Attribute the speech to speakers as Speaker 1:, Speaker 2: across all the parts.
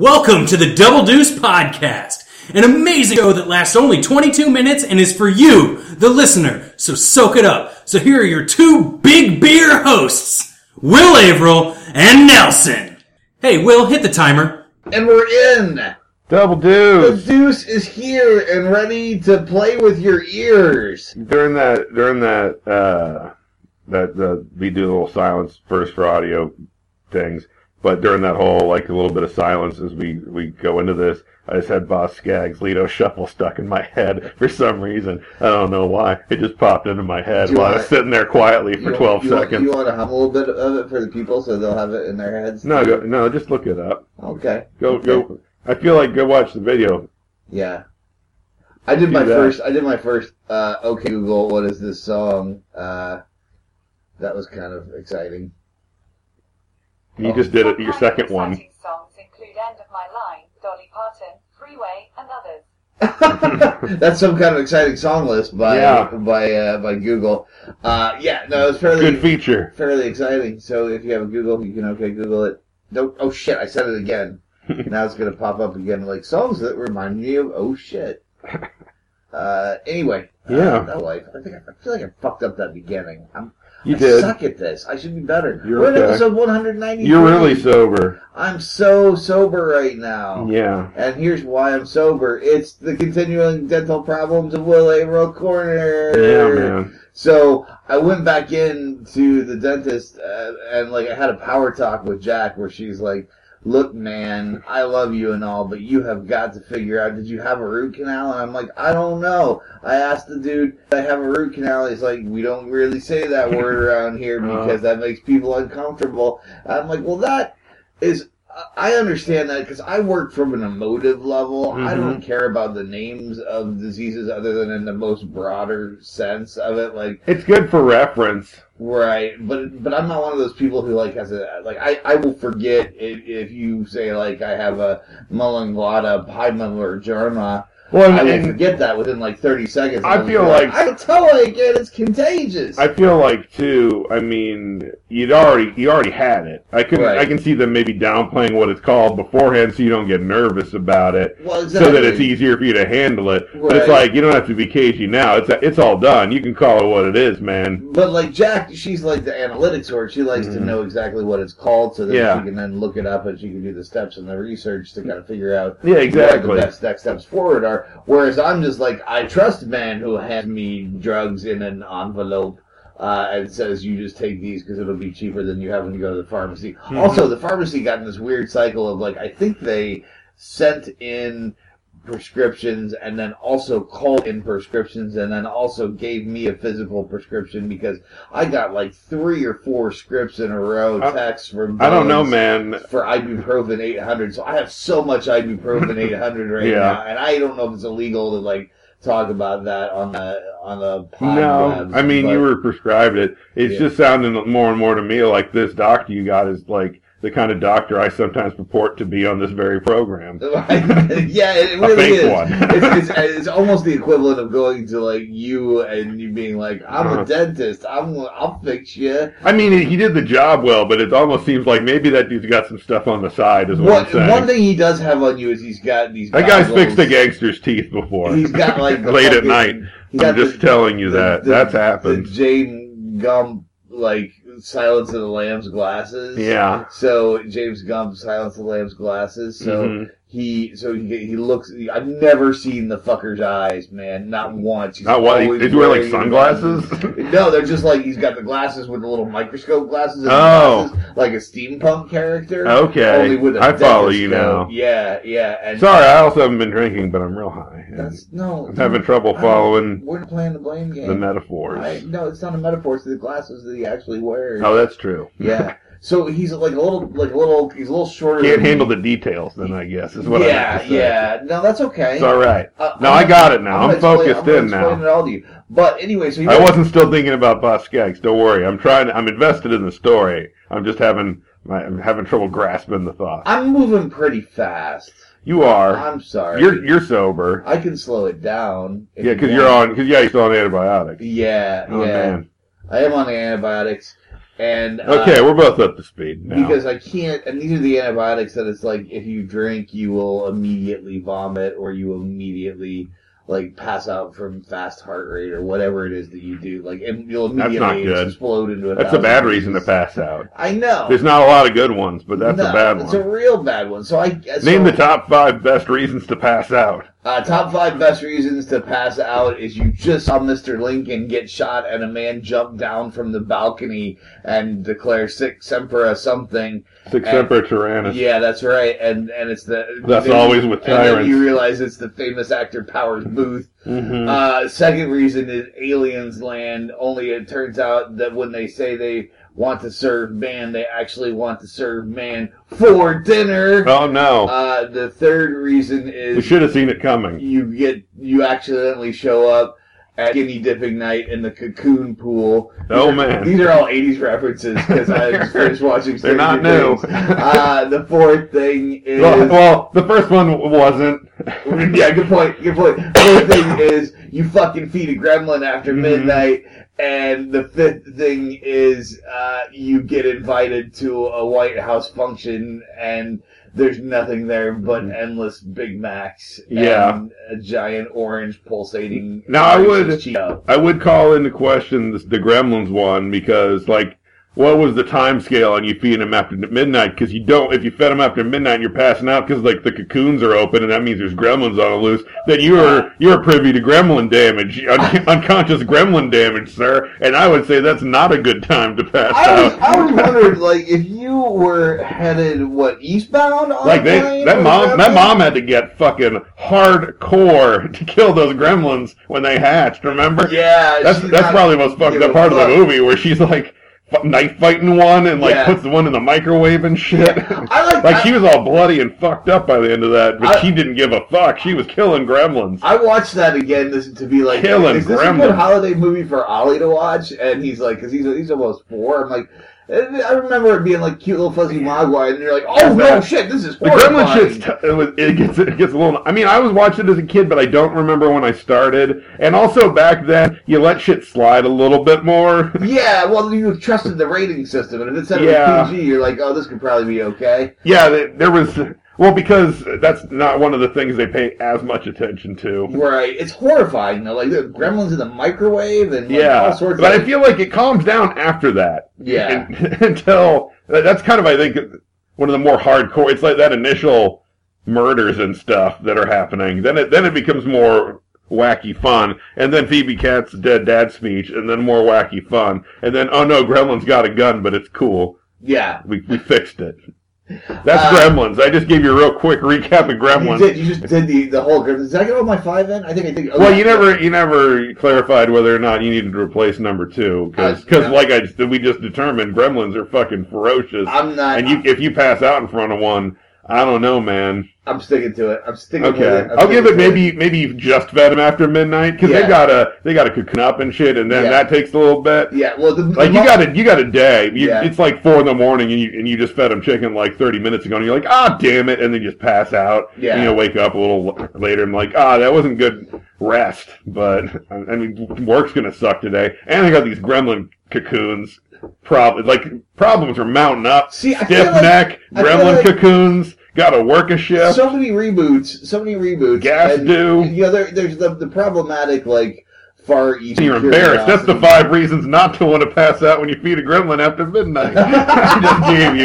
Speaker 1: Welcome to the Double Deuce Podcast, an amazing show that lasts only 22 minutes and is for you, the listener. So soak it up. So here are your two big beer hosts, Will Averill and Nelson. Hey, Will, hit the timer.
Speaker 2: And we're in!
Speaker 3: Double
Speaker 2: The
Speaker 3: dude.
Speaker 2: Zeus is here and ready to play with your ears.
Speaker 3: During that, during that, uh, that the we do a little silence first for audio things, but during that whole like a little bit of silence as we we go into this, I just had Boss Skaggs Lido Shuffle stuck in my head for some reason. I don't know why. It just popped into my head
Speaker 2: Do you
Speaker 3: while I
Speaker 2: want-
Speaker 3: was sitting there quietly for
Speaker 2: You-
Speaker 3: twelve
Speaker 2: you want-
Speaker 3: seconds.
Speaker 2: you want to have a little bit of it for the people so they'll have it in their heads?
Speaker 3: no, go, no, just look it up.
Speaker 2: Okay.
Speaker 3: Go, go. I feel like go watch the video.
Speaker 2: Yeah. I did
Speaker 3: Do
Speaker 2: my
Speaker 3: that.
Speaker 2: first, I did my first, uh, okay Google, what is this song? Uh, that was kind of exciting.
Speaker 3: You
Speaker 2: Oh.
Speaker 3: just did it. Your second one.
Speaker 4: Exciting songs include End of My Line, Dolly Parton, Freeway, and others.
Speaker 2: That's some kind of exciting song list by,
Speaker 3: Yeah.
Speaker 2: by, uh, by Google. Uh, yeah, no, it's fairly,
Speaker 3: Good feature.
Speaker 2: fairly exciting. So if you have a Google, you can okay Google it. Don't, oh shit, I said it again. now it's gonna pop up again like songs that remind me of oh shit. Uh, anyway, uh,
Speaker 3: Yeah.
Speaker 2: that life. I think I feel like I fucked up that beginning. I'm,
Speaker 3: You
Speaker 2: I
Speaker 3: did.
Speaker 2: suck at this. I should be better.
Speaker 3: You're
Speaker 2: We're in
Speaker 3: okay.
Speaker 2: episode 193.
Speaker 3: You're really sober.
Speaker 2: I'm so sober right now.
Speaker 3: Yeah.
Speaker 2: And here's why I'm sober. It's the continuing dental problems of Will Averill Corner.
Speaker 3: Yeah, man.
Speaker 2: So I went back in to the dentist uh, and like I had a power talk with Jack where she's like, "Look, man, I love you and all, but you have got to figure out did you have a root canal?" And I'm like, "I don't know." I asked the dude, "I have a root canal." He's like, "We don't really say that word around here
Speaker 3: Uh.
Speaker 2: because that makes people uncomfortable." I'm like, "Well, that is." I understand that because I work from an emotive level. I don't care about the names of diseases other than in the most broader sense of it. Like,
Speaker 3: It's good for reference.
Speaker 2: Right, but but I'm not one of those people who like has a like I, I will forget if, if you say like I have a mullanglata piedmon or germa.
Speaker 3: Well,
Speaker 2: I
Speaker 3: and,
Speaker 2: will
Speaker 3: and
Speaker 2: forget that within like 30 seconds.
Speaker 3: I
Speaker 2: I'll be
Speaker 3: feel like-
Speaker 2: I totally get it's contagious.
Speaker 3: I feel like too. I mean, you'd already you already had it. I can
Speaker 2: Right.
Speaker 3: I can see them maybe downplaying what it's called beforehand, so you don't get nervous about it,
Speaker 2: well,
Speaker 3: so that it's easier for you to handle it. But it's
Speaker 2: Right.
Speaker 3: like you don't have to be cagey now. It's it's all done. You can call it what it is, man.
Speaker 2: But like Jack, she's like the analytics word. She likes to
Speaker 3: Mhm.
Speaker 2: know exactly what it's called, so that
Speaker 3: Yeah.
Speaker 2: she can then look it up and she can do the steps and the research to kind of figure out
Speaker 3: Yeah,
Speaker 2: what
Speaker 3: exactly.
Speaker 2: the best next steps forward are. Whereas I'm just like, I trust man who hands me drugs in an envelope uh, and says, you just take these because it'll be cheaper than you having to go to the pharmacy.
Speaker 3: Hmm.
Speaker 2: Also, the pharmacy got in this weird cycle of like, I think they sent in prescriptions and then also called in prescriptions and then also gave me a physical prescription because I got like three or four scripts in a row
Speaker 3: I-
Speaker 2: texts from
Speaker 3: I don't know,
Speaker 2: Bones
Speaker 3: man.
Speaker 2: for ibuprofen 800. So I have so much ibuprofen 800 right
Speaker 3: Yeah.
Speaker 2: now, and I don't know if it's illegal to like talk about that on the on the pod
Speaker 3: No,
Speaker 2: labs,
Speaker 3: I mean
Speaker 2: but-
Speaker 3: you were prescribed it. It's
Speaker 2: Yeah.
Speaker 3: just sounding more and more to me like this doctor you got is like the kind of doctor I sometimes purport to be on this very program.
Speaker 2: yeah, it
Speaker 3: a
Speaker 2: really
Speaker 3: fake
Speaker 2: is.
Speaker 3: one.
Speaker 2: it's, it's, it's almost the equivalent of going to like you and you being like, "I'm
Speaker 3: Uh-huh.
Speaker 2: a dentist. I'm I'll fix you."
Speaker 3: I mean, he did the job well, but it almost seems like maybe that dude's got some stuff on the side, is what,
Speaker 2: One,
Speaker 3: I'm saying.
Speaker 2: one thing he does have on you is he's got these.
Speaker 3: that guy's
Speaker 2: goggles.
Speaker 3: fixed a gangster's teeth before.
Speaker 2: He's got like the
Speaker 3: late at
Speaker 2: fucking-
Speaker 3: night.
Speaker 2: he's got
Speaker 3: I'm just
Speaker 2: the-
Speaker 3: telling you
Speaker 2: the-
Speaker 3: that
Speaker 2: the-
Speaker 3: that's
Speaker 2: the
Speaker 3: happened.
Speaker 2: Jane Gump like Silence of the Lambs glasses.
Speaker 3: yeah.
Speaker 2: So James Gump Silence of the Lambs glasses. So
Speaker 3: Mhm.
Speaker 2: he so he, he looks. I've never seen the fucker's eyes, man. Not once. He's
Speaker 3: Not what?
Speaker 2: always
Speaker 3: Did you wear like
Speaker 2: wearing-
Speaker 3: sunglasses?
Speaker 2: No, they're just like he's got the glasses with the little microscope glasses. And
Speaker 3: Oh.
Speaker 2: glasses, like a steampunk character. Only with
Speaker 3: okay,
Speaker 2: a
Speaker 3: I follow
Speaker 2: dentist
Speaker 3: you
Speaker 2: coat.
Speaker 3: now.
Speaker 2: Yeah, yeah. And
Speaker 3: Sorry, I also haven't been drinking, but I'm real high. and
Speaker 2: that's no.
Speaker 3: I'm having trouble
Speaker 2: I don't-
Speaker 3: following
Speaker 2: We're not playing the blame game.
Speaker 3: the metaphors.
Speaker 2: I- no, it's not a metaphor. It's the glasses that he actually wears.
Speaker 3: Oh, that's true.
Speaker 2: Yeah. So he's like a little, like a little, he's a little shorter.
Speaker 3: Can't
Speaker 2: than
Speaker 3: handle the details, then I guess is what. I
Speaker 2: yeah,
Speaker 3: meant to say.
Speaker 2: yeah. No, that's okay.
Speaker 3: It's all right.
Speaker 2: Uh,
Speaker 3: No,
Speaker 2: I'm
Speaker 3: I got it now.
Speaker 2: gonna
Speaker 3: I'm,
Speaker 2: explain-
Speaker 3: focused
Speaker 2: gonna
Speaker 3: in now.
Speaker 2: Explain it all to you. But anyway, so he
Speaker 3: I wasn't still thinking about Boss Skaggs. Don't worry. I'm trying. I'm invested in the story. I'm just having my, I'm having trouble grasping the thought.
Speaker 2: I'm moving pretty fast.
Speaker 3: You are.
Speaker 2: I'm sorry.
Speaker 3: You're you're sober.
Speaker 2: I can slow it down. if
Speaker 3: Yeah,
Speaker 2: you
Speaker 3: because you're
Speaker 2: want.
Speaker 3: on. Because yeah, you're still on antibiotics.
Speaker 2: Yeah,
Speaker 3: Oh
Speaker 2: yeah.
Speaker 3: man.
Speaker 2: I am on the antibiotics, And uh,
Speaker 3: Okay, we're both up to speed now.
Speaker 2: because I can't, and these are the antibiotics that it's like if you drink, you will immediately vomit or you will immediately like pass out from fast heart rate or whatever it is that you do. Like, and you'll
Speaker 3: That's not
Speaker 2: immediately
Speaker 3: good.
Speaker 2: explode into a.
Speaker 3: that's a
Speaker 2: thousand
Speaker 3: bad reason to
Speaker 2: pieces.
Speaker 3: pass out.
Speaker 2: I know.
Speaker 3: There's not a lot of good ones, but that's a
Speaker 2: Oh. No,
Speaker 3: bad
Speaker 2: It's a
Speaker 3: one.
Speaker 2: real bad one. So I so,
Speaker 3: Name the top five best reasons to pass out.
Speaker 2: Uh, top five best reasons to pass out is you just saw Mr. Lincoln get shot and a man jump down from the balcony and declare sic sempra something.
Speaker 3: Six
Speaker 2: And-
Speaker 3: Emperor Tyrannus.
Speaker 2: Uh, Yeah, that's right. And and it's the
Speaker 3: That's
Speaker 2: then-
Speaker 3: always with
Speaker 2: And then
Speaker 3: tyrants.
Speaker 2: you realize it's the famous actor Powers Booth.
Speaker 3: Mhm.
Speaker 2: Uh, second reason is aliens land. Only it turns out that when they say they want to serve man, they actually want to serve man for dinner.
Speaker 3: oh no,
Speaker 2: Uh, the third reason is
Speaker 3: we should have seen it coming.
Speaker 2: you get you accidentally show up at guinea dipping night in the cocoon pool.
Speaker 3: Oh man,
Speaker 2: These are all '80s references because I just finished watching.
Speaker 3: they're
Speaker 2: Stranger
Speaker 3: not new.
Speaker 2: Things. Uh, the fourth thing is
Speaker 3: well, well, the first one wasn't.
Speaker 2: yeah, good point, good point. Fourth thing is you fucking feed a gremlin after
Speaker 3: Mhm.
Speaker 2: midnight, and the fifth thing is uh, you get invited to a White House function and. There's nothing there but endless Big Macs and
Speaker 3: Mm-hmm. Yeah.
Speaker 2: a giant orange pulsating.
Speaker 3: Now, I would-
Speaker 2: racist Cheeto.
Speaker 3: I would call into question this, the Gremlins one because, like, what was the time scale on you feeding them after midnight? Because you don't, if you fed them after midnight and you're passing out because, like, the cocoons are open and that means there's gremlins on the loose, then you're, you're privy to gremlin damage, un- unconscious gremlin damage, sir. And I would say that's not a good time to pass
Speaker 2: I was,
Speaker 3: out.
Speaker 2: I was wondering, like, if you were headed what eastbound on
Speaker 3: Like
Speaker 2: a
Speaker 3: they,
Speaker 2: plane
Speaker 3: that
Speaker 2: or
Speaker 3: mom, that
Speaker 2: something?
Speaker 3: mom had to get fucking hardcore to kill those gremlins when they hatched. Remember?
Speaker 2: Yeah,
Speaker 3: That's
Speaker 2: she's
Speaker 3: that's
Speaker 2: not-
Speaker 3: probably the most fucked
Speaker 2: give a
Speaker 3: up part of
Speaker 2: fuck.
Speaker 3: the movie where she's like f- knife fighting one and like
Speaker 2: Yeah.
Speaker 3: puts the one in the microwave and shit.
Speaker 2: I like.
Speaker 3: like
Speaker 2: I,
Speaker 3: she was all bloody and fucked up by the end of that, but
Speaker 2: I-
Speaker 3: she didn't give a fuck. She was killing gremlins.
Speaker 2: I watched that again this, to be like,
Speaker 3: Killing
Speaker 2: is this a
Speaker 3: gremlins.
Speaker 2: good holiday movie for Ollie to watch? And he's like, because he's he's almost four. I'm like, and I remember it being like cute little fuzzy mogwai, and you're like, oh no shit, this is
Speaker 3: The gremlin
Speaker 2: horrifying.
Speaker 3: shit's t- it, was, it gets it gets a little. I mean, I was watching it as a kid, but I don't remember when I started. And also back then, you let shit slide a little bit more.
Speaker 2: Yeah, well, you trusted the rating system, and if it said it
Speaker 3: Yeah.
Speaker 2: was PG, you're like, oh, this could probably be okay.
Speaker 3: yeah, th- there was. Well, because that's not one of the things they pay as much attention to.
Speaker 2: Right. It's horrifying though. Like the gremlins in the microwave and like,
Speaker 3: yeah,
Speaker 2: all sorts.
Speaker 3: but
Speaker 2: of
Speaker 3: I feel like it calms down after that.
Speaker 2: Yeah.
Speaker 3: And- until that's kind of I think one of the more hardcore. It's like that initial murders and stuff that are happening. Then it then it becomes more wacky fun, and then Phoebe Cat's dead dad speech, and then more wacky fun, and then oh no, Gremlins got a gun, but it's cool.
Speaker 2: yeah.
Speaker 3: We we fixed it. That's
Speaker 2: Uh,
Speaker 3: Gremlins. I just gave you a real quick recap of
Speaker 2: You
Speaker 3: Gremlins.
Speaker 2: did. You just did the the whole gremlins. Did I get all my five in? I think I did. Oh,
Speaker 3: Well,
Speaker 2: yeah.
Speaker 3: you never you never clarified whether or not you needed to replace number two because
Speaker 2: Uh, no.
Speaker 3: like I just- we just determined, gremlins are fucking ferocious,
Speaker 2: I'm not.
Speaker 3: and you if you pass out in front of one, I don't know, man.
Speaker 2: I'm sticking to it. I'm sticking with
Speaker 3: Okay,
Speaker 2: it. I'm
Speaker 3: I'll give it
Speaker 2: sticking to
Speaker 3: maybe maybe you just fed them after midnight because
Speaker 2: Yeah.
Speaker 3: they got to they got to cocoon up and shit, and then
Speaker 2: Yeah.
Speaker 3: that takes a little bit.
Speaker 2: Yeah. Well, the,
Speaker 3: Like
Speaker 2: the
Speaker 3: you
Speaker 2: mo-
Speaker 3: got a you got a day. You,
Speaker 2: Yeah.
Speaker 3: It's like four in the morning, and you and you just fed them chicken like thirty minutes ago, and you're like, ah, damn it, and then you just pass out.
Speaker 2: Yeah.
Speaker 3: You know, wake up a little l- later and like, ah, that wasn't good rest. But I mean, work's gonna suck today, and I got these gremlin cocoons. Problems like problems are mounting up.
Speaker 2: See, I feel
Speaker 3: Stiff
Speaker 2: like-
Speaker 3: neck,
Speaker 2: I feel
Speaker 3: gremlin
Speaker 2: like-
Speaker 3: cocoons. Got to work a shift.
Speaker 2: so many reboots. So many reboots.
Speaker 3: Gas
Speaker 2: and,
Speaker 3: do.
Speaker 2: You know, there, there's the the problematic like far east.
Speaker 3: you're embarrassed. That's the
Speaker 2: curiosity.
Speaker 3: five reasons not to want to pass out when you feed a gremlin after midnight. I just gave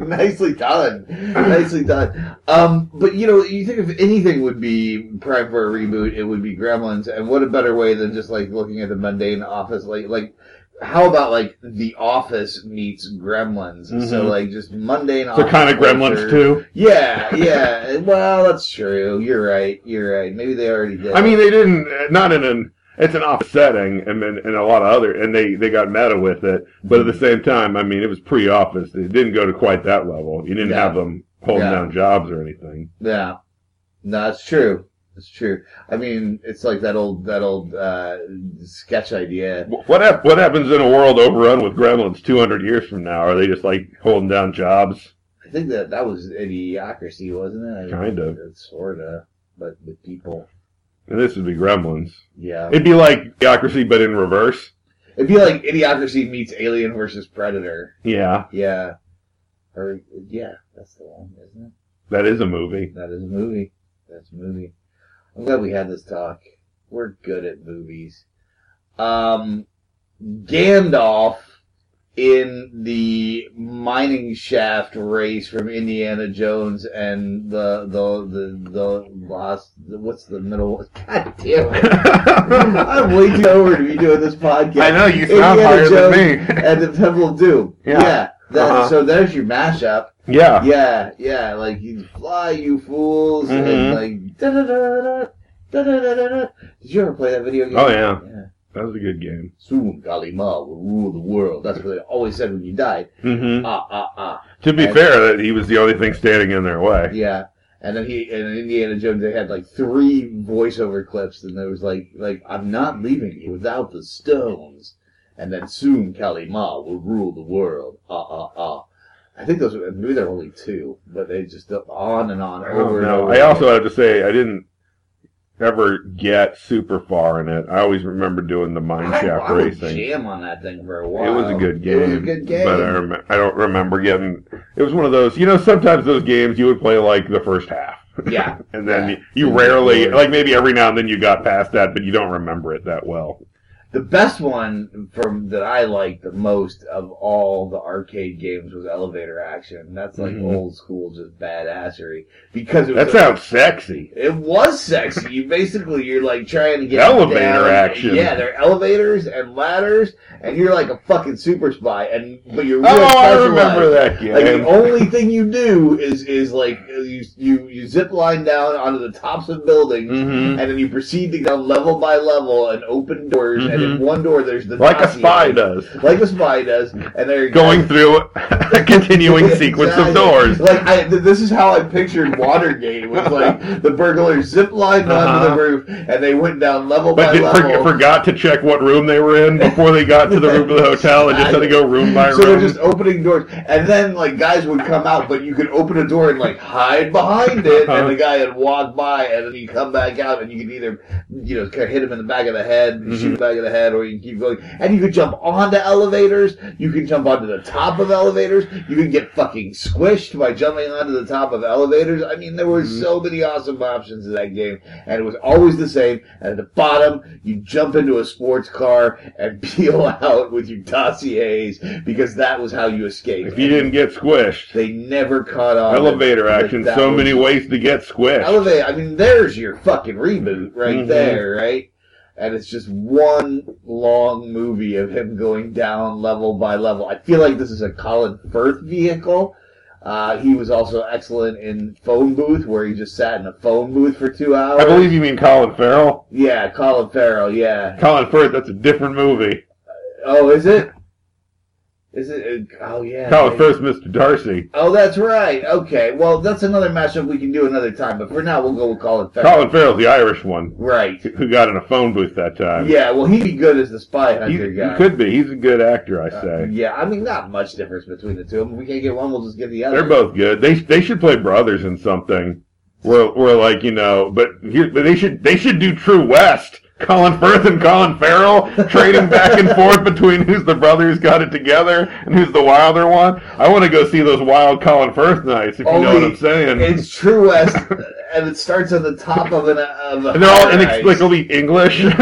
Speaker 3: you.
Speaker 2: Nicely done. Nicely done. Um, but you know, you think if anything would be prime for a reboot, it would be Gremlins. And what a better way than just like looking at the mundane office, like like. How about like The Office meets Gremlins? So
Speaker 3: Mhm.
Speaker 2: like just mundane.
Speaker 3: So
Speaker 2: office
Speaker 3: kind of gremlins
Speaker 2: culture.
Speaker 3: too.
Speaker 2: Yeah, yeah. well, that's true. You're right. You're right. Maybe they already did.
Speaker 3: I mean, they didn't. uh, Not in an. It's an office setting, and then and a lot of other, and they they got meta with it. But at the same time, I mean, it was pre-office. It didn't go to quite that level. You didn't
Speaker 2: Yeah.
Speaker 3: have them holding
Speaker 2: Yeah.
Speaker 3: down jobs or anything.
Speaker 2: yeah. No, it's true. It's true. I mean, it's like that old that old uh, sketch idea.
Speaker 3: Wh- What hap- what happens in a world overrun with gremlins two hundred years from now? Are they just like holding down jobs?
Speaker 2: I think that that was idiocracy, wasn't it? I
Speaker 3: Kind of.
Speaker 2: Sort of. But with people.
Speaker 3: And this would be gremlins.
Speaker 2: Yeah.
Speaker 3: It'd be like theocracy, but in reverse.
Speaker 2: It'd be like Idiocracy meets Alien versus Predator.
Speaker 3: Yeah,
Speaker 2: Yeah. Or, yeah, that's the one, isn't it?
Speaker 3: that is a movie.
Speaker 2: That is a movie. That's a movie. I'm glad we had this talk. We're good at movies. Um, Gandalf in the mining shaft race from Indiana Jones and the the the the lost what's the middle one? God damn it. I'm way too over to be doing this podcast.
Speaker 3: I know you sound
Speaker 2: Indiana
Speaker 3: higher
Speaker 2: Jones
Speaker 3: than me.
Speaker 2: And the Pebble Dew.
Speaker 3: Yeah.
Speaker 2: that-
Speaker 3: Uh-huh.
Speaker 2: So there's your mashup.
Speaker 3: yeah,
Speaker 2: Yeah, yeah, like you fly, you fools,
Speaker 3: Mhm.
Speaker 2: and like da da da da da da da da. Did you ever play that video game?
Speaker 3: Oh, yeah.
Speaker 2: Yeah.
Speaker 3: that was a good game.
Speaker 2: Soon Kalima will rule the world. That's what they always said when you died.
Speaker 3: hmm
Speaker 2: Ah ah ah.
Speaker 3: To be
Speaker 2: And-
Speaker 3: fair, that he was the only thing standing in their way.
Speaker 2: Yeah. And then he and in Indiana Jones they had like three voiceover clips and there was like like I'm not leaving you without the stones. And then soon Kalima will rule the world. Ah ah ah. I think those were, maybe there were only two, but they just on and on
Speaker 3: I don't
Speaker 2: over and
Speaker 3: know.
Speaker 2: over.
Speaker 3: I
Speaker 2: again.
Speaker 3: also have to say I didn't ever get super far in it. I always remember doing the mine
Speaker 2: I,
Speaker 3: shaft
Speaker 2: I would
Speaker 3: racing.
Speaker 2: jam on that thing for a while.
Speaker 3: It was a good game.
Speaker 2: It was a good game.
Speaker 3: But uh, I, rem- I don't remember getting. It was one of those. You know, sometimes those games you would play like the first half.
Speaker 2: yeah,
Speaker 3: And then
Speaker 2: Yeah.
Speaker 3: you, you
Speaker 2: Mhm.
Speaker 3: rarely, like maybe every now and then you got past that, but you don't remember it that well.
Speaker 2: the best one from that I liked the most of all the arcade games was Elevator Action. That's like
Speaker 3: Mhm.
Speaker 2: old school, just badassery because it was.
Speaker 3: That
Speaker 2: a-
Speaker 3: sounds sexy.
Speaker 2: it was sexy. You basically you're like trying to get
Speaker 3: Elevator
Speaker 2: down.
Speaker 3: action.
Speaker 2: Yeah, they're elevators and ladders, and you're like a fucking super spy. And but you're real
Speaker 3: Oh, I
Speaker 2: specialized.
Speaker 3: remember that
Speaker 2: Like the
Speaker 3: game.
Speaker 2: only thing you do is is like you you you zip line down onto the tops of buildings,
Speaker 3: hmm
Speaker 2: and then you proceed to go level by level and open doors, and in
Speaker 3: Mhm.
Speaker 2: one door there's the
Speaker 3: Like a
Speaker 2: dossier.
Speaker 3: spy does.
Speaker 2: like a spy does, and they're
Speaker 3: Going through a continuing sequence of doors.
Speaker 2: Like I, th- this is how I pictured Watergate was like the burglars zip lined onto the
Speaker 3: Uh-huh.
Speaker 2: roof, and they went down level
Speaker 3: But
Speaker 2: by
Speaker 3: did,
Speaker 2: level.
Speaker 3: for, forgot to check what room they were in before they got to the room of the hotel and just had to go room by
Speaker 2: So they're
Speaker 3: room.
Speaker 2: just opening doors, and then like guys would come out, but you could open a door and like hide behind it,
Speaker 3: Uh-huh.
Speaker 2: and the guy would walk by, and then you come back out, and you could either you know kind of hit him in the back of the head, and
Speaker 3: Mm-hmm.
Speaker 2: shoot him in the back of the head, or you can keep going, and you could jump onto elevators, you can jump onto the top of elevators, you can get fucking squished by jumping onto the top of elevators. I mean, there were
Speaker 3: Mm-hmm.
Speaker 2: so many awesome options in that game, and it was always the same. And at the bottom, you jump into a sports car and peel out with your dossiers because that was how you escaped.
Speaker 3: if you didn't get squished,
Speaker 2: They never caught on.
Speaker 3: elevator
Speaker 2: that-
Speaker 3: action,
Speaker 2: that
Speaker 3: so
Speaker 2: was-
Speaker 3: many ways to get squished.
Speaker 2: Elevate. I mean, there's your fucking reboot right
Speaker 3: Mhm.
Speaker 2: there, right? And it's just one long movie of him going down level by level. I feel like this is a Colin Firth vehicle. Uh, he was also excellent in Phone Booth, where he just sat in a phone booth for two hours.
Speaker 3: I believe you mean Colin Farrell.
Speaker 2: Yeah, Colin Farrell. Yeah.
Speaker 3: Colin Firth, that's a different movie.
Speaker 2: Oh, is it? Is it? Oh, yeah. maybe.
Speaker 3: Colin Firth, Mr. Darcy.
Speaker 2: Oh, that's right. Okay. Well, that's another matchup we can do another time. But for now, we'll go with Colin Farrell.
Speaker 3: Colin Farrell's the Irish one
Speaker 2: Right.
Speaker 3: who got in a phone booth that time.
Speaker 2: Yeah, well, he'd be good as the spy
Speaker 3: he,
Speaker 2: hunter
Speaker 3: he
Speaker 2: guy.
Speaker 3: could be. He's a good actor, I
Speaker 2: Uh,
Speaker 3: say.
Speaker 2: yeah, I mean, not much difference between the two. I mean, we can't get one, we'll just get the other.
Speaker 3: They're both good. They they should play brothers in something. We're, we're like you know, but here but they should they should do True West. Colin Firth and Colin Farrell trading back and forth between who's the brother who's got it together and who's the wilder one. I want to go see those wild Colin Firth nights if you know what
Speaker 2: Only
Speaker 3: I'm saying.
Speaker 2: It's True West, and it starts on the top of an. Of a
Speaker 3: and they're all
Speaker 2: high rise,
Speaker 3: inexplicably English.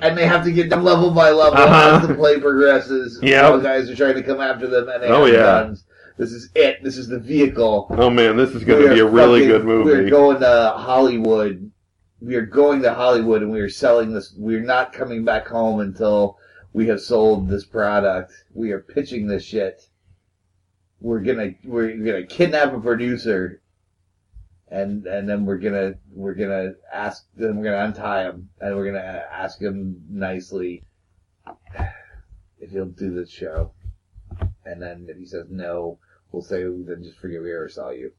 Speaker 2: And they have to get down level by level
Speaker 3: Uh-huh.
Speaker 2: as the play progresses.
Speaker 3: Yeah.
Speaker 2: All guys are trying to come after them, and they
Speaker 3: Oh,
Speaker 2: have
Speaker 3: yeah.
Speaker 2: guns. This is it. This is the vehicle.
Speaker 3: oh man, this is going
Speaker 2: We
Speaker 3: to be
Speaker 2: are
Speaker 3: a really
Speaker 2: fucking-
Speaker 3: good
Speaker 2: We're
Speaker 3: movie.
Speaker 2: going to Hollywood. We are going to Hollywood, and we are selling this. We're not coming back home until we have sold this product. We are pitching this shit. We're gonna we're gonna kidnap a producer, and and then we're gonna we're gonna ask then we're gonna untie him and we're gonna ask him nicely if he'll do the show, and then if he says no, we'll say then just forget we ever saw you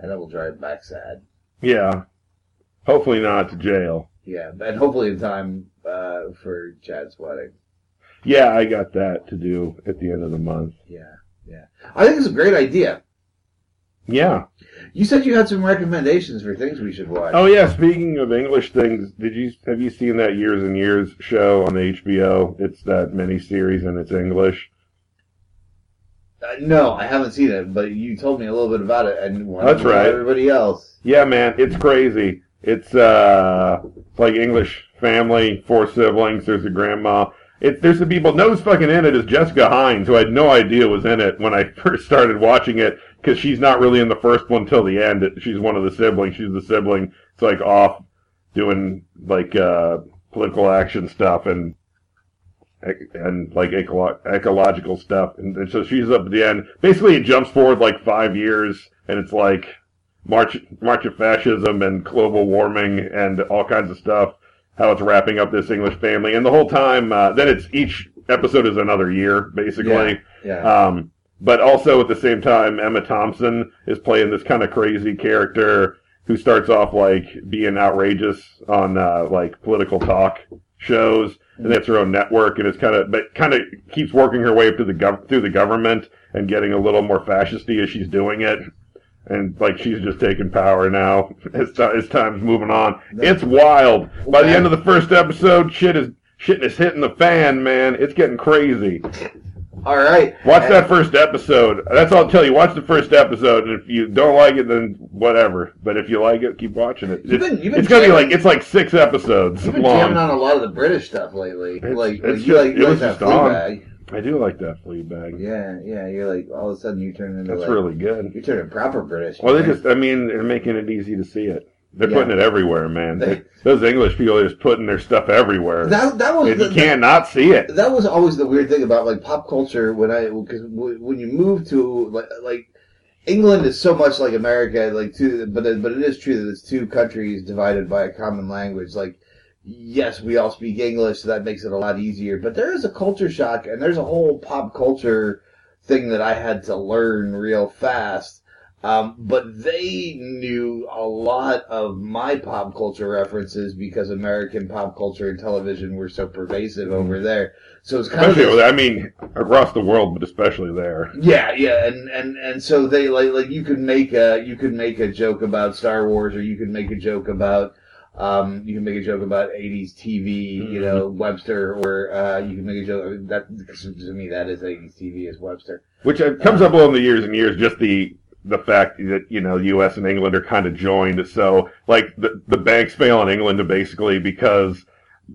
Speaker 2: and that will drive back sad.
Speaker 3: Yeah, hopefully not to jail.
Speaker 2: Yeah, and hopefully in time uh, for Chad's wedding.
Speaker 3: Yeah, I got that to do at the end of the month.
Speaker 2: Yeah, yeah. I think it's a great idea.
Speaker 3: Yeah.
Speaker 2: You said you had some recommendations for things we should watch.
Speaker 3: Oh yeah. Speaking of English things, did you have you seen that Years and Years show on the HBO? It's that mini series and it's English.
Speaker 2: Uh, no, I haven't seen it, but you told me a little bit about it, and wanted
Speaker 3: That's
Speaker 2: to tell
Speaker 3: right.
Speaker 2: Everybody else.
Speaker 3: Yeah, man, it's crazy. It's uh it's like English family, four siblings. There's a grandma. It, there's some people. No one's fucking in it. Is Jessica Hines, who I had no idea was in it when I first started watching it, because she's not really in the first one till the end. She's one of the siblings. She's the sibling. It's like off doing like uh political action stuff and ec- and like eco- ecological stuff. And, and so she's up at the end. Basically, it jumps forward like five years, and it's like march march of fascism and global warming and all kinds of stuff. How it's wrapping up this English family, and the whole time, uh, then it's each episode is another year basically.
Speaker 2: Yeah.
Speaker 3: Um, but also at the same time, Emma Thompson is playing this kind of crazy character who starts off like being outrageous on uh, like political talk shows, and that's her own network, and it's kind of but kind of keeps working her way up to the gov- through the government and getting a little more fascisty as she's doing it. And like she's just taking power now as, ti as time's moving on. It's wild. By the
Speaker 2: Okay.
Speaker 3: end of the first episode, shit is shit is hitting the fan, man. It's getting crazy.
Speaker 2: All right.
Speaker 3: Watch
Speaker 2: And-
Speaker 3: that first episode. That's all I'll tell you. Watch the first episode, and if you don't like it, then whatever. But if you like it, keep watching it.
Speaker 2: You've been- you've been
Speaker 3: it's gonna be
Speaker 2: jamming-
Speaker 3: like it's like six episodes
Speaker 2: You've been jamming
Speaker 3: long.
Speaker 2: on a lot of the British stuff lately.
Speaker 3: It's-
Speaker 2: like,
Speaker 3: it's
Speaker 2: you
Speaker 3: just-
Speaker 2: like,
Speaker 3: it
Speaker 2: you like
Speaker 3: was
Speaker 2: that
Speaker 3: just on.
Speaker 2: Fleabag.
Speaker 3: I do like that Fleabag. bag.
Speaker 2: Yeah, yeah. You're like all of a sudden you turn into
Speaker 3: That's
Speaker 2: like
Speaker 3: really good.
Speaker 2: you're turning proper British.
Speaker 3: Well, they
Speaker 2: man.
Speaker 3: just—I mean—they're making it easy to see it. They're
Speaker 2: Yeah.
Speaker 3: putting it everywhere, man.
Speaker 2: They-
Speaker 3: Those English people are just putting their stuff everywhere.
Speaker 2: that that was
Speaker 3: And
Speaker 2: the,
Speaker 3: you can't not see it.
Speaker 2: that was always the weird thing about like pop culture when I because when you move to like like England is so much like America like two but it- but it is true that it's two countries divided by a common language like yes we all speak English so that makes it a lot easier but there is a culture shock and there's a whole pop culture thing that I had to learn real fast. Um, but they knew a lot of my pop culture references because American pop culture and television were so pervasive over there. So it's kind
Speaker 3: Especially,
Speaker 2: of this-
Speaker 3: I mean, across the world, but especially there.
Speaker 2: yeah, yeah, and, and, and so they like like you could make a you could make a joke about Star Wars or you could make a joke about um you can make a joke about 80s TV, you know, Webster or uh you can make a joke I mean, that to me that is 80s TV is Webster.
Speaker 3: which uh, comes up over the years and years. Just the the fact that you know U.S. and England are kind of joined. So like the the banks fail in England basically because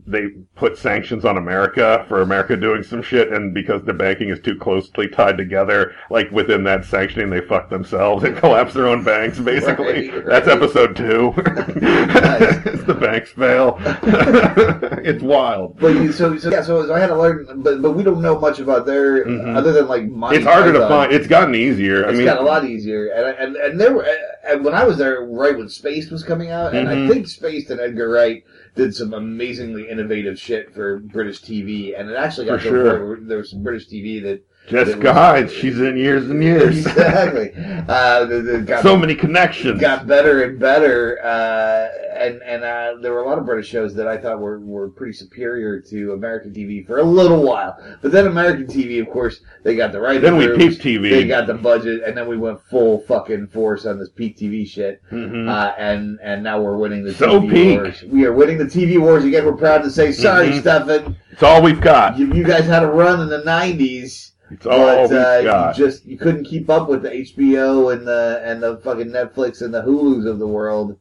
Speaker 3: they put sanctions on America for America doing some shit, and because the banking is too closely tied together, like within that sanctioning, they fuck themselves and collapse their own banks. Basically,
Speaker 2: Right,
Speaker 3: that's
Speaker 2: right.
Speaker 3: episode two.
Speaker 2: Nice.
Speaker 3: it's the banks fail. it's wild.
Speaker 2: But you, so, so yeah, so, so I had to learn, but but we don't know much about their
Speaker 3: Mhm.
Speaker 2: other than like Monty
Speaker 3: It's harder to
Speaker 2: Python.
Speaker 3: find. It's gotten easier.
Speaker 2: uh,
Speaker 3: I
Speaker 2: It's
Speaker 3: mean,
Speaker 2: got a lot easier, and I, and and there were and when I was there, right when Space was coming out, and
Speaker 3: Mhm.
Speaker 2: I think Space and Edgar Wright did some amazingly innovative shit for British TV, and it actually got to
Speaker 3: For
Speaker 2: a point
Speaker 3: sure.
Speaker 2: where there was some British TV that
Speaker 3: Jessica Hyde, she's in years and years.
Speaker 2: exactly uh, that- that got
Speaker 3: so many connections.
Speaker 2: got better and better. Uh, and and uh, there were a lot of British shows that I thought were, were pretty superior to American TV for a little while. But then American TV, of course, they got the right.
Speaker 3: Then we
Speaker 2: groups,
Speaker 3: peaked TV.
Speaker 2: They got the budget, and then we went full fucking force on this peak TV shit.
Speaker 3: Mhm.
Speaker 2: Uh, and and now we're winning the
Speaker 3: So
Speaker 2: TV
Speaker 3: peak.
Speaker 2: wars. We are winning the TV wars again. We're proud to say, sorry,
Speaker 3: Mhm.
Speaker 2: Stefan,
Speaker 3: It's all we've got.
Speaker 2: you, you guys had a run in the '90s
Speaker 3: It's all
Speaker 2: but uh,
Speaker 3: we've Oh, got.
Speaker 2: you just you couldn't keep up with the HBO and the and the fucking Netflix and the Hulu's of the world,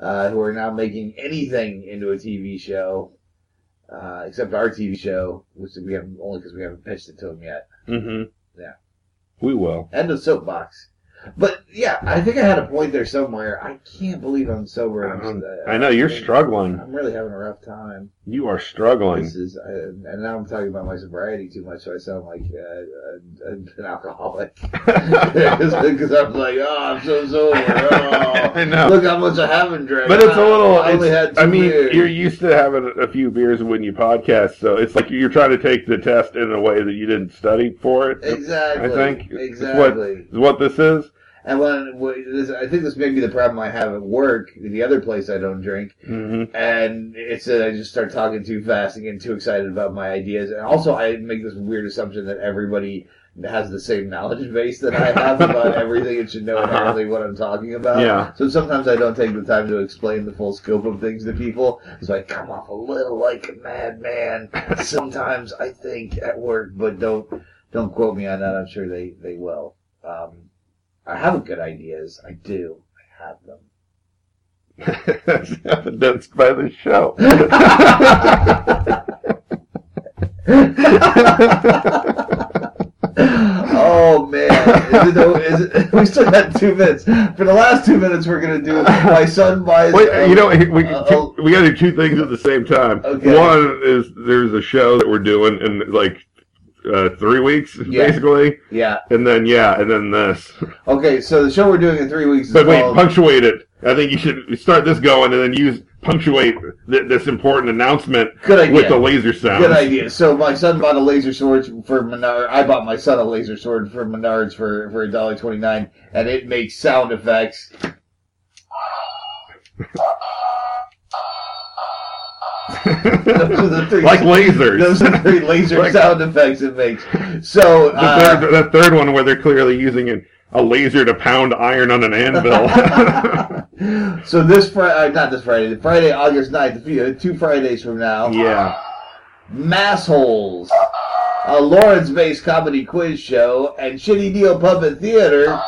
Speaker 2: uh, who are now making anything into a TV show, uh, except our TV show, which we haven't only because we haven't pitched it to them yet.
Speaker 3: hmm
Speaker 2: Yeah.
Speaker 3: We will.
Speaker 2: End of soapbox. But yeah, I think I had a point there somewhere. I can't believe I'm sober. I'm,
Speaker 3: Um,
Speaker 2: uh,
Speaker 3: I know you're
Speaker 2: I'm-
Speaker 3: struggling.
Speaker 2: I'm really having a rough time.
Speaker 3: You are struggling.
Speaker 2: This is, I, and now I'm talking about my sobriety too much, so I sound like uh, uh, an alcoholic. Because I'm like, oh, I'm so sober. Oh,
Speaker 3: I know.
Speaker 2: Look how much I haven't drank.
Speaker 3: But it's a
Speaker 2: Ah,
Speaker 3: little.
Speaker 2: I only
Speaker 3: it's-
Speaker 2: had two
Speaker 3: I mean,
Speaker 2: beers.
Speaker 3: you're used to having a few beers when you podcast, so it's like you're trying to take the test in a way that you didn't study for it. Is
Speaker 2: exactly.
Speaker 3: I think it's what-
Speaker 2: exactly.
Speaker 3: what this is.
Speaker 2: and when, when this, I think this may be the problem I have at work, the other place I don't drink,
Speaker 3: hmm
Speaker 2: and it's that I just start talking too fast and getting too excited about my ideas, and also I make this weird assumption that everybody has the same knowledge base that I have about everything and should know exactly what I'm talking about.
Speaker 3: Yeah.
Speaker 2: So sometimes I don't take the time to explain the full scope of things to people. So I come off a little like a madman. sometimes I think at work, but don't don't quote me on that. I'm sure they they will. Um, I have good ideas. I do. I have them.
Speaker 3: That's evidenced by the show.
Speaker 2: oh man, is it, is it, we still got two minutes. For the last two minutes, we're gonna do my son buys.
Speaker 3: Wait, you know, we we
Speaker 2: Uh,
Speaker 3: got to do two things at the same time.
Speaker 2: Okay.
Speaker 3: One is there's a show that we're doing in like uh, three weeks,
Speaker 2: Yeah.
Speaker 3: basically,
Speaker 2: yeah.
Speaker 3: and then yeah, and then this.
Speaker 2: Okay, so the show we're doing in three weeks is
Speaker 3: But wait,
Speaker 2: called.
Speaker 3: punctuate it. I think you should start this going and then use punctuate th- this important announcement
Speaker 2: Good idea.
Speaker 3: with the laser sound.
Speaker 2: Good idea. So my son bought a laser sword for Menard. I bought my son a laser sword for Menards for for a dollar twenty nine, and it makes sound effects. Those are the three-
Speaker 3: like lasers.
Speaker 2: Those are three laser
Speaker 3: Like-
Speaker 2: sound effects it makes. So
Speaker 3: the,
Speaker 2: uh,
Speaker 3: third, the third one where they're clearly using an, a laser to pound iron on an anvil.
Speaker 2: so this Friday, not this Friday, the Friday, August 9th, a few- two Fridays from now,
Speaker 3: yeah.
Speaker 2: Massholes, a Lawrence-based comedy quiz show, and Shitty Deal Puppet Theater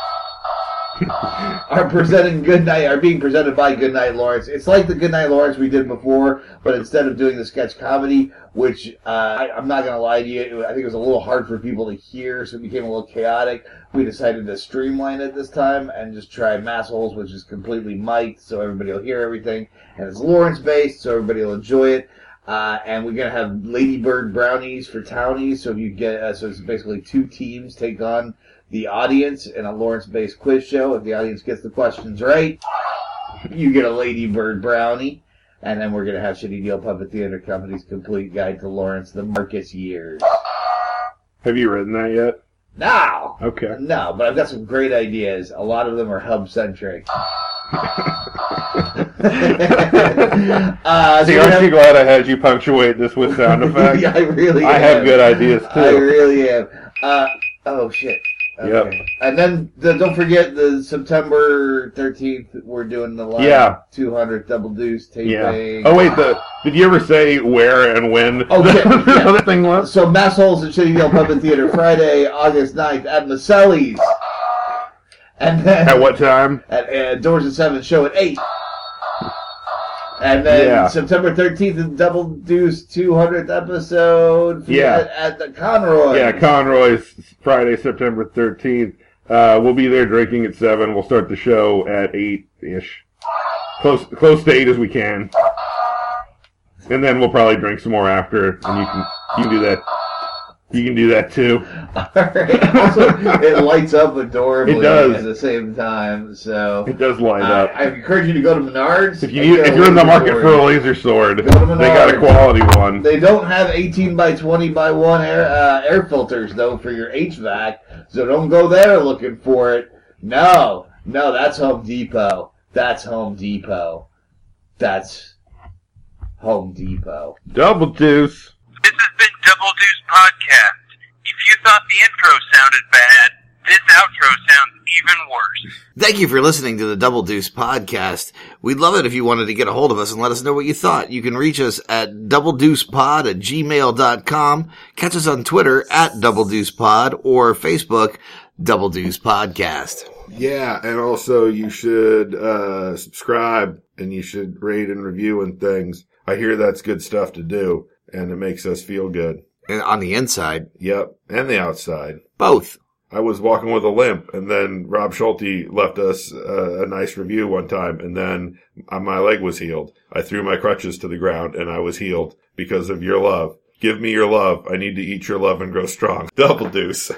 Speaker 2: are presenting Good Night, are being presented by Good Night Lawrence. It's like the Good Night Lawrence we did before, but instead of doing the sketch comedy, which uh, I, I'm not going to lie to you, I think it was a little hard for people to hear, so it became a little chaotic. We decided to streamline it this time and just try Massholes, which is completely mic'd, so everybody will hear everything. And it's Lawrence-based, so everybody will enjoy it. Uh, and we're gonna have Ladybird brownies for townies. So if you get, uh, so it's basically two teams take on the audience in a Lawrence-based quiz show. If the audience gets the questions right, you get a Ladybird brownie. And then we're gonna have Shitty Deal Puppet Theater Company's complete guide to Lawrence, the Marcus years.
Speaker 3: Have you written that yet?
Speaker 2: Now,
Speaker 3: Okay.
Speaker 2: no, but I've got some great ideas. A lot of them are hub centric. uh, so
Speaker 3: See,
Speaker 2: we're
Speaker 3: aren't
Speaker 2: gonna-
Speaker 3: you glad I had you punctuate this with sound effects?
Speaker 2: I really.
Speaker 3: I have
Speaker 2: am.
Speaker 3: good ideas too.
Speaker 2: I really am. Uh, oh shit. Okay. And then the, don't forget the September thirteenth. We're doing the live
Speaker 3: Yeah.
Speaker 2: two hundred double deuce taping.
Speaker 3: yeah. Oh wait, the did you ever say where and when
Speaker 2: Oh, shit,
Speaker 3: the
Speaker 2: yeah.
Speaker 3: other thing was?
Speaker 2: So Mass Holes at Shitty Hill Puppet Theater Friday, August 9th at Maselli's. And then
Speaker 3: At what time?
Speaker 2: at uh, Doors at Seven, show at eight. And then
Speaker 3: Yeah.
Speaker 2: September thirteenth is Double Deuce two hundredth episode.
Speaker 3: Yeah.
Speaker 2: At, at the Conroy.
Speaker 3: Yeah, Conroy's Friday, September thirteenth. Uh, we'll be there drinking at seven. We'll start the show at eight ish, close close to eight as we can, and then we'll probably drink some more after. And you can you can do that. You can do that too.
Speaker 2: Alright. Also, it lights up adorably
Speaker 3: It does.
Speaker 2: at the same time. So
Speaker 3: It does light
Speaker 2: I,
Speaker 3: up.
Speaker 2: I encourage you to go to Menards.
Speaker 3: If you
Speaker 2: and
Speaker 3: need,
Speaker 2: get a
Speaker 3: if you're in the
Speaker 2: laser
Speaker 3: market
Speaker 2: sword.
Speaker 3: for a laser sword, they
Speaker 2: Go to Menards.
Speaker 3: got a quality one.
Speaker 2: They don't have 18 by 20 by 1 air, uh, air filters, though, for your HVAC, so don't go there looking for it. No, no, that's Home Depot. That's Home Depot. That's Home Depot.
Speaker 3: Double deuce.
Speaker 5: This has been Double Deuce Podcast. If you thought the intro sounded bad, this outro sounds even worse.
Speaker 6: Thank you for listening to the Double Deuce podcast. We'd love it if you wanted to get a hold of us and let us know what you thought. You can reach us at doubledeucepod at gmail.com. Catch us on Twitter at Double Deuce Pod or Facebook Double Deuce Podcast.
Speaker 7: Yeah, and also you should uh, subscribe and you should rate and review and things. I hear that's good stuff to do, and it makes us feel good.
Speaker 6: And on the inside,
Speaker 7: Yep, and the outside.
Speaker 6: both.
Speaker 7: I was walking with a limp, and then Rob Schulte left us uh, a nice review one time, and then uh, my leg was healed. I threw my crutches to the ground, and I was healed because of your love. Give me your love. I need to eat your love and grow strong. Double deuce.